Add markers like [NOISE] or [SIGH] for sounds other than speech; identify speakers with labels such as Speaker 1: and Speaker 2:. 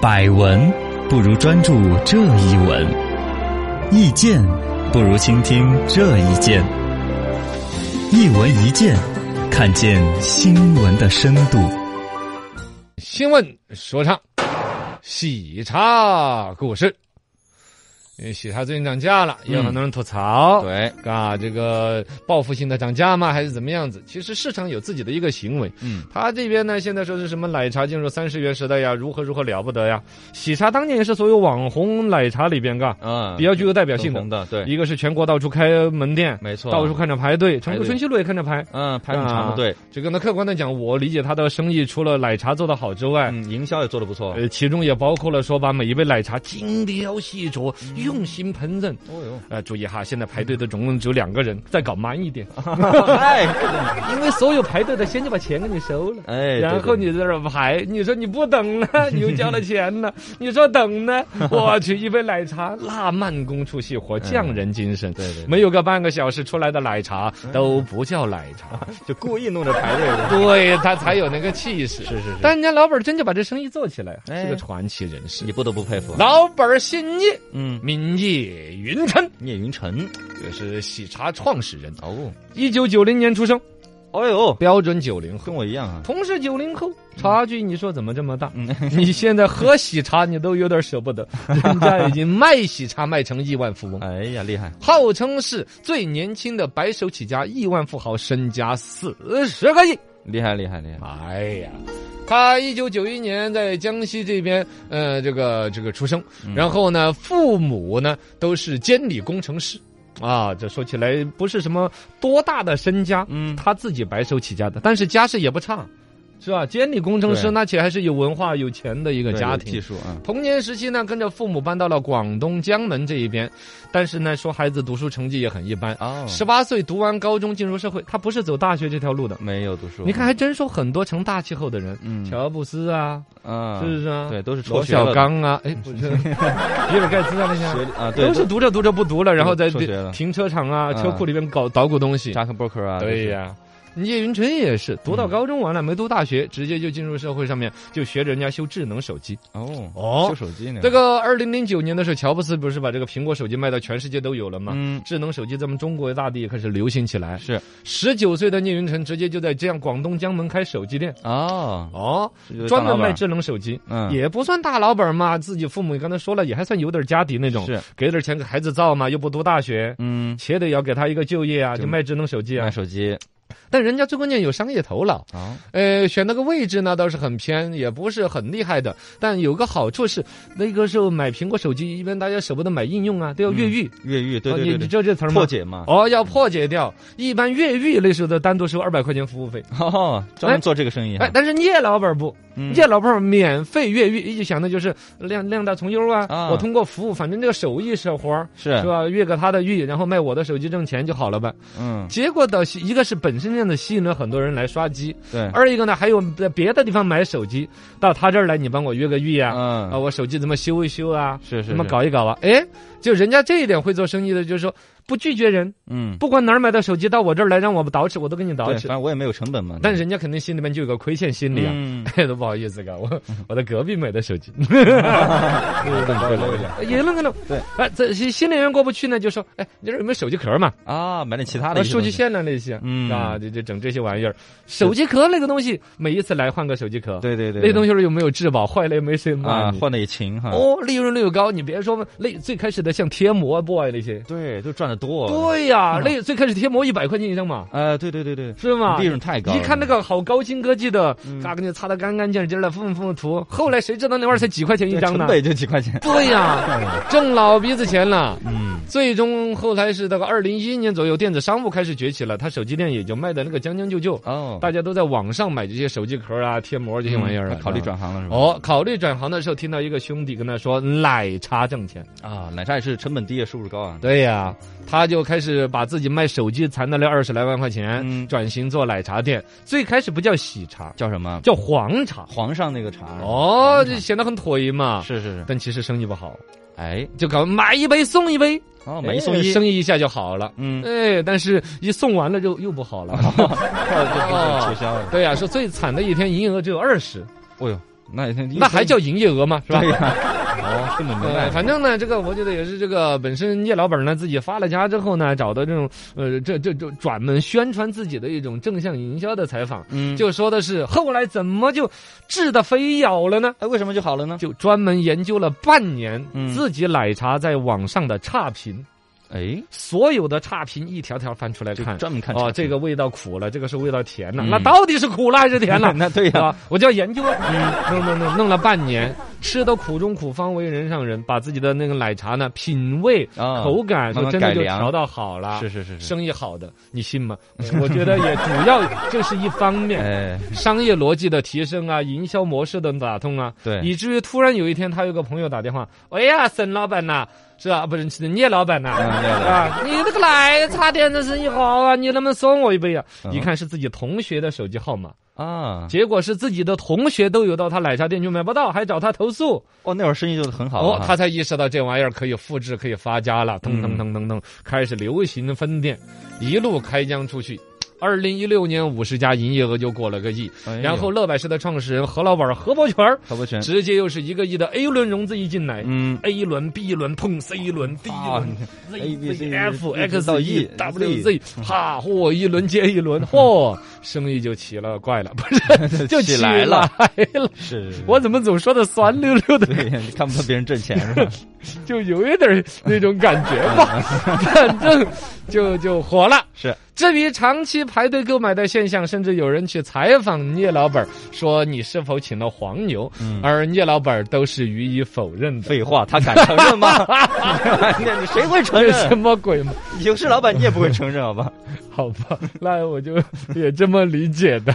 Speaker 1: 百闻不如专注这一闻，意见不如倾听这一见。一闻一见，看见新闻的深度。
Speaker 2: 新闻说唱，喜茶故事。因为喜茶最近涨价了，也有很多人吐槽。
Speaker 1: 嗯对，
Speaker 2: 啊，这个报复性的涨价吗？还是怎么样子？其实市场有自己的一个行为。
Speaker 1: 嗯，
Speaker 2: 他这边呢，现在说是什么奶茶进入三十元时代呀，如何如何了不得呀？喜茶当年也是所有网红奶茶里边，嘎，
Speaker 1: 啊
Speaker 2: 比较具有代表性的。
Speaker 1: 的，对，
Speaker 2: 一个是全国到处开门店，
Speaker 1: 没错
Speaker 2: 到处看着排队，成
Speaker 1: 排
Speaker 2: 都
Speaker 1: 队
Speaker 2: 春熙路也看着排。
Speaker 1: 嗯，排
Speaker 2: 很长的
Speaker 1: 队，
Speaker 2: 这个呢，客观的讲，我理解他的生意除了奶茶做得好之外，
Speaker 1: 嗯，营销也做的不错。
Speaker 2: 呃，其中也包括了说把每一杯奶茶精雕细琢、用心烹饪。
Speaker 1: 嗯哦哟，
Speaker 2: 呃，注意哈，现在排队的总共只有两个人，再搞慢一点，
Speaker 1: 哎，
Speaker 2: [LAUGHS] 因为所有排队的先就把钱给你收了。
Speaker 1: 哎，
Speaker 2: 然后你在这儿排，你说你不等
Speaker 1: [LAUGHS]
Speaker 2: 呢，你又交了钱呢，你说等呢？我去，一杯奶茶，那慢工出细活，匠人精神。
Speaker 1: 哎对对对
Speaker 2: 没有个半个小时出来的奶茶都不叫奶茶，
Speaker 1: [LAUGHS] 就故意弄着排队的，
Speaker 2: 对他才有那个气势。
Speaker 1: 是是是，
Speaker 2: 但人家老板真就把这生意做起来，
Speaker 1: 哎
Speaker 2: 是个传奇人士
Speaker 1: 你。不得不佩服。
Speaker 2: 老板姓聂，
Speaker 1: 嗯，
Speaker 2: 名聂云琛，
Speaker 1: 聂云辰，
Speaker 2: 这是喜茶创始人，
Speaker 1: 哦，
Speaker 2: 一九九零年出生，
Speaker 1: 哎呦，
Speaker 2: 标准九零后。
Speaker 1: 跟我一样啊。
Speaker 2: 同是九零后，差距你说怎么这么大？
Speaker 1: 嗯
Speaker 2: [LAUGHS] 你现在喝喜茶，你都有点舍不
Speaker 1: [LAUGHS]
Speaker 2: 得，人家已经卖喜茶卖成亿万富翁，
Speaker 1: 哎呀，厉害！
Speaker 2: 号称是最年轻的白手起家亿万富豪，身家四十个亿。
Speaker 1: 厉害厉害厉害！
Speaker 2: 哎呀，他一九九一年在江西这边，呃，这个这个出生，
Speaker 1: 嗯
Speaker 2: 然后呢，父母呢都是监理工程师。啊，这说起来不是什么多大的身家，
Speaker 1: 嗯
Speaker 2: 他自己白手起家的，但是家世也不差，是吧？监理工程师
Speaker 1: 对
Speaker 2: 那且还是有文化、有钱的一个
Speaker 1: 对
Speaker 2: 家
Speaker 1: 有
Speaker 2: 庭
Speaker 1: 技。术啊，
Speaker 2: 童年时期呢，跟着父母搬到了广东江门这一边，但是呢，说孩子读书成绩也很一般。
Speaker 1: 哦
Speaker 2: 十八岁读完高中进入社会，他不是走大学这条路的，
Speaker 1: 没有读书。
Speaker 2: 你看，，还真说很多成大气候的人，
Speaker 1: 嗯
Speaker 2: 乔布斯啊，
Speaker 1: 啊，
Speaker 2: 是不是啊？
Speaker 1: 对，，都是
Speaker 2: 罗
Speaker 1: 辍学了
Speaker 2: 小
Speaker 1: 的
Speaker 2: 刚啊，
Speaker 1: [LAUGHS]
Speaker 2: 哎，不是，比尔盖茨啊那些
Speaker 1: 学。历啊，对，
Speaker 2: 都是读着读着不读了，然后在
Speaker 1: 辍学了
Speaker 2: 停车场啊、
Speaker 1: 嗯
Speaker 2: 车库里面搞捣鼓东西。
Speaker 1: 扎克伯克啊，
Speaker 2: 对呀，聂云辰也是读到高中完了，没读大
Speaker 1: 嗯
Speaker 2: 学，直接就进入社会上面，就学着人家修智能手机。
Speaker 1: 就是，哦
Speaker 2: 哦
Speaker 1: 修手机呢，
Speaker 2: 这个二零零九年的时候，乔布斯不是把这个苹果手机卖到全世界都有了吗？
Speaker 1: 嗯
Speaker 2: 智能手机在我们中国大地也开始流行起来。
Speaker 1: 是
Speaker 2: 十九岁的聂云辰直接就在这样广东江门开手机店。
Speaker 1: 哦，
Speaker 2: 哦，
Speaker 1: 这就是
Speaker 2: 专
Speaker 1: 大
Speaker 2: 门
Speaker 1: 老板
Speaker 2: 卖智能手机，
Speaker 1: 嗯
Speaker 2: 也不算大老板嘛。自己父母刚才说了，也还算有点家底那种，
Speaker 1: 是
Speaker 2: 给点钱给孩子造嘛，又不读大学，
Speaker 1: 嗯，
Speaker 2: 且得要给他一个就业啊，
Speaker 1: 就
Speaker 2: 就卖智能手机
Speaker 1: 卖
Speaker 2: 啊。
Speaker 1: 手机
Speaker 2: 但人家最关键有商业头脑，
Speaker 1: 啊，
Speaker 2: 呃，选那个位置呢倒是很偏，也不是很厉害的。但有个好处是，那个时候买苹果手机，一般大家舍不得买应用啊，都要越狱。
Speaker 1: 越狱，嗯对
Speaker 2: 哦
Speaker 1: 对
Speaker 2: 你你
Speaker 1: 对
Speaker 2: 知道这词儿
Speaker 1: 对，
Speaker 2: 吗？
Speaker 1: 破解嘛，
Speaker 2: 哦，要破解掉。一般越狱那时候都单独收二百块钱服务费。
Speaker 1: 哦，专门做这个生意啊，
Speaker 2: 哎，但是聂老板不，
Speaker 1: 嗯
Speaker 2: 聂老伴儿免费越狱，一想的就是量量大从优啊！
Speaker 1: 啊嗯
Speaker 2: 我通过服务，反正这个手艺是活儿，
Speaker 1: 是
Speaker 2: 是吧？越个他的狱，然后卖我的手机挣钱就好了呗。
Speaker 1: 嗯，
Speaker 2: 结果导一个是本身这样的吸引了很多人来刷机，
Speaker 1: 对，
Speaker 2: 二一个呢还有在别的地方买手机，到他这儿来，你帮我越个狱呀、啊？
Speaker 1: 嗯，
Speaker 2: 我手机怎么修一修啊？
Speaker 1: 是是
Speaker 2: 怎么
Speaker 1: 是
Speaker 2: 搞一搞啊？哎，就人家这一点会做生意的，就是说不拒绝人，
Speaker 1: 嗯，
Speaker 2: 不管哪儿买的手机到我这儿来让我们捯饬，我都给你捯
Speaker 1: 对，
Speaker 2: 饬
Speaker 1: 反。正我也没有成本嘛，
Speaker 2: 但人家肯定心里面就有个亏欠心理啊。
Speaker 1: 嗯，
Speaker 2: [LAUGHS] 哎，都不好意思，哥，
Speaker 1: [LAUGHS]
Speaker 2: 我我在隔壁买的手机，也弄个弄。
Speaker 1: 对，
Speaker 2: 哎，这些新能源过不去呢，就说，哎，你这儿有没有手机壳嘛？
Speaker 1: 啊，买点其他
Speaker 2: 那
Speaker 1: 的一些
Speaker 2: 数
Speaker 1: 东西
Speaker 2: 据线呢那些，
Speaker 1: 嗯
Speaker 2: 啊，就就整这些玩意儿。手机壳那个东西，每一次来换个手机壳，
Speaker 1: 对对对，
Speaker 2: 那东
Speaker 1: 西
Speaker 2: 西儿又没有质保，坏了也没谁骂
Speaker 1: 啊，
Speaker 2: 你。
Speaker 1: 换的也勤哈，
Speaker 2: 哦，利润率又高，你别说那最开始的像贴膜 boy 那些，
Speaker 1: 对，就赚的多，，
Speaker 2: 对呀，那最开始贴膜一百块钱一张嘛，
Speaker 1: 呃，对对对对，
Speaker 2: 是吗？
Speaker 1: 利润太高了，
Speaker 2: 啊一看那个好高精科技的，
Speaker 1: 嗯
Speaker 2: 嘎，给你擦的干干净净的，缝缝涂。后来谁知道那玩意儿才几块钱一
Speaker 1: 对
Speaker 2: 张
Speaker 1: 成
Speaker 2: 呢？
Speaker 1: 本也就几块钱，
Speaker 2: 对呀，挣老鼻子钱了。
Speaker 1: 嗯，
Speaker 2: 最终后来是到个二零一一年左右，电子商务开始崛起了，他手机店也就卖的那个将将就就，
Speaker 1: 哦，
Speaker 2: 大家都在网上买这些手机壳啊、贴膜这些玩意儿
Speaker 1: 嗯
Speaker 2: 了。
Speaker 1: 他考虑转行了是吧？
Speaker 2: 哦，考虑转行的时候，听到一个兄弟跟他说奶茶挣钱。
Speaker 1: 啊，奶茶也是成本低，收入高啊，
Speaker 2: 对呀，他就开始把自己卖手机攒的那二十来万块钱
Speaker 1: 嗯
Speaker 2: 转型做奶茶店，最开始不叫喜茶，
Speaker 1: 叫什么？
Speaker 2: 叫黄茶。
Speaker 1: 皇上那个嗯茶啊
Speaker 2: 哦，这显得很妥一嘛。
Speaker 1: 是是是，
Speaker 2: 但其实生意不好，
Speaker 1: 哎，
Speaker 2: 就搞买一杯送一杯，
Speaker 1: 哦，买一送一
Speaker 2: 哎，生意一下就好了。
Speaker 1: 嗯，
Speaker 2: 哎，但是一送完了就又不
Speaker 1: [LAUGHS]
Speaker 2: 好了。
Speaker 1: 哦，这不是
Speaker 2: 哦
Speaker 1: 促销了，
Speaker 2: 对呀、说最惨的一天营业额只有二十，
Speaker 1: 哦哟，
Speaker 3: 那
Speaker 2: 那还叫营业额吗？是吧？
Speaker 3: 对
Speaker 2: [LAUGHS]
Speaker 3: 呀、哦，根本没
Speaker 2: 呃，
Speaker 3: 办法。
Speaker 2: 反正呢，这个我觉得也是这个本身叶老板呢自己发了家之后呢，找到这种呃这这这专门宣传自己的一种正向营销的采访，
Speaker 3: 嗯，
Speaker 2: 就说的是后来怎么就治的飞咬了呢？
Speaker 3: 哎，为什么就好了呢？
Speaker 2: 就专门研究了半年
Speaker 3: 嗯
Speaker 2: 自己奶茶在网上的差评，
Speaker 3: 哎，
Speaker 2: 所有的差评一条条翻出来
Speaker 3: 就
Speaker 2: 看。
Speaker 3: 专门看
Speaker 2: 哦，
Speaker 3: 茶
Speaker 2: 这个 [LAUGHS] 味道苦了，这个是味道甜了，
Speaker 3: 嗯
Speaker 2: 那到底是苦了还是甜了？
Speaker 3: 那对呀、
Speaker 2: [LAUGHS] 啊，我就要研究啊，弄弄弄弄了半年，吃的苦中苦，方为人上人，把自己的那个奶茶呢品味、
Speaker 3: 啊
Speaker 2: 口感，
Speaker 3: 慢慢
Speaker 2: 说真的
Speaker 3: 改
Speaker 2: 就
Speaker 3: 良
Speaker 2: 调到好了，
Speaker 3: 是是是是，
Speaker 2: 生意好的，你
Speaker 3: [LAUGHS]
Speaker 2: 信吗？我觉得也主要这是一方面，
Speaker 3: 哎，
Speaker 2: 商业逻辑的提升啊，营销模式的打通啊，
Speaker 3: 对
Speaker 2: 以至于突然有一天，他有个朋友打电话，哎呀，沈老板呐、是吧？啊不是沈聂老板呐、
Speaker 3: 嗯对对
Speaker 2: 啊，你那个奶茶店的生意好啊，你能不能送我一杯啊？
Speaker 3: 嗯
Speaker 2: 一看是自己同学的手机号码，
Speaker 3: 啊，
Speaker 2: 结果是自己的同学都有到他奶茶店去买不到，还找他投诉。
Speaker 3: 哦，那会儿生意做的很好
Speaker 2: 哦
Speaker 3: 啊、，
Speaker 2: 他才意识到这玩意儿可以复制，可以发家了。
Speaker 3: 嗯
Speaker 2: 腾腾腾腾腾，开始流行分店，一路开疆出去。二零一六年，五十家营业额就过了个亿。
Speaker 3: 哎呦
Speaker 2: 然后乐百氏的创始人何老板何伯权儿
Speaker 3: 何伯权，
Speaker 2: 直接又是一个亿的 A 轮融资一进来。
Speaker 3: 嗯，
Speaker 2: A 轮、B 轮碰 C 轮、D
Speaker 3: 啊
Speaker 2: 轮、
Speaker 3: A B C
Speaker 2: Z、F、
Speaker 3: 一直
Speaker 2: X
Speaker 3: 到嗯
Speaker 2: E
Speaker 3: E、
Speaker 2: W、
Speaker 3: Z
Speaker 2: Z，哈，嚯，一轮接一轮，嚯，生意就奇了怪了，不
Speaker 3: [LAUGHS]
Speaker 2: 是 [LAUGHS] 就
Speaker 3: 起
Speaker 2: 起
Speaker 3: 来了
Speaker 2: 了，来了。
Speaker 3: 是
Speaker 2: [LAUGHS] 我怎么总说的酸溜溜的，
Speaker 3: 对呀，你看不到别人挣钱是吧？
Speaker 2: 就有一点儿那种感觉吧。 [LAUGHS] 反正就就火了。
Speaker 3: 嗯是，
Speaker 2: 至于长期排队购买的现象，甚至有人去采访聂老板说你是否请了黄牛，
Speaker 3: 嗯
Speaker 2: 而聂老板都是予以否认的。
Speaker 3: 废话，他敢承认
Speaker 2: [LAUGHS]
Speaker 3: 吗？那你 [LAUGHS] 谁会承
Speaker 2: 这什
Speaker 3: 认？
Speaker 2: 么鬼嘛？
Speaker 3: 有是老板你也不会承认，好吧？
Speaker 2: 好吧，那我就也这么理解的。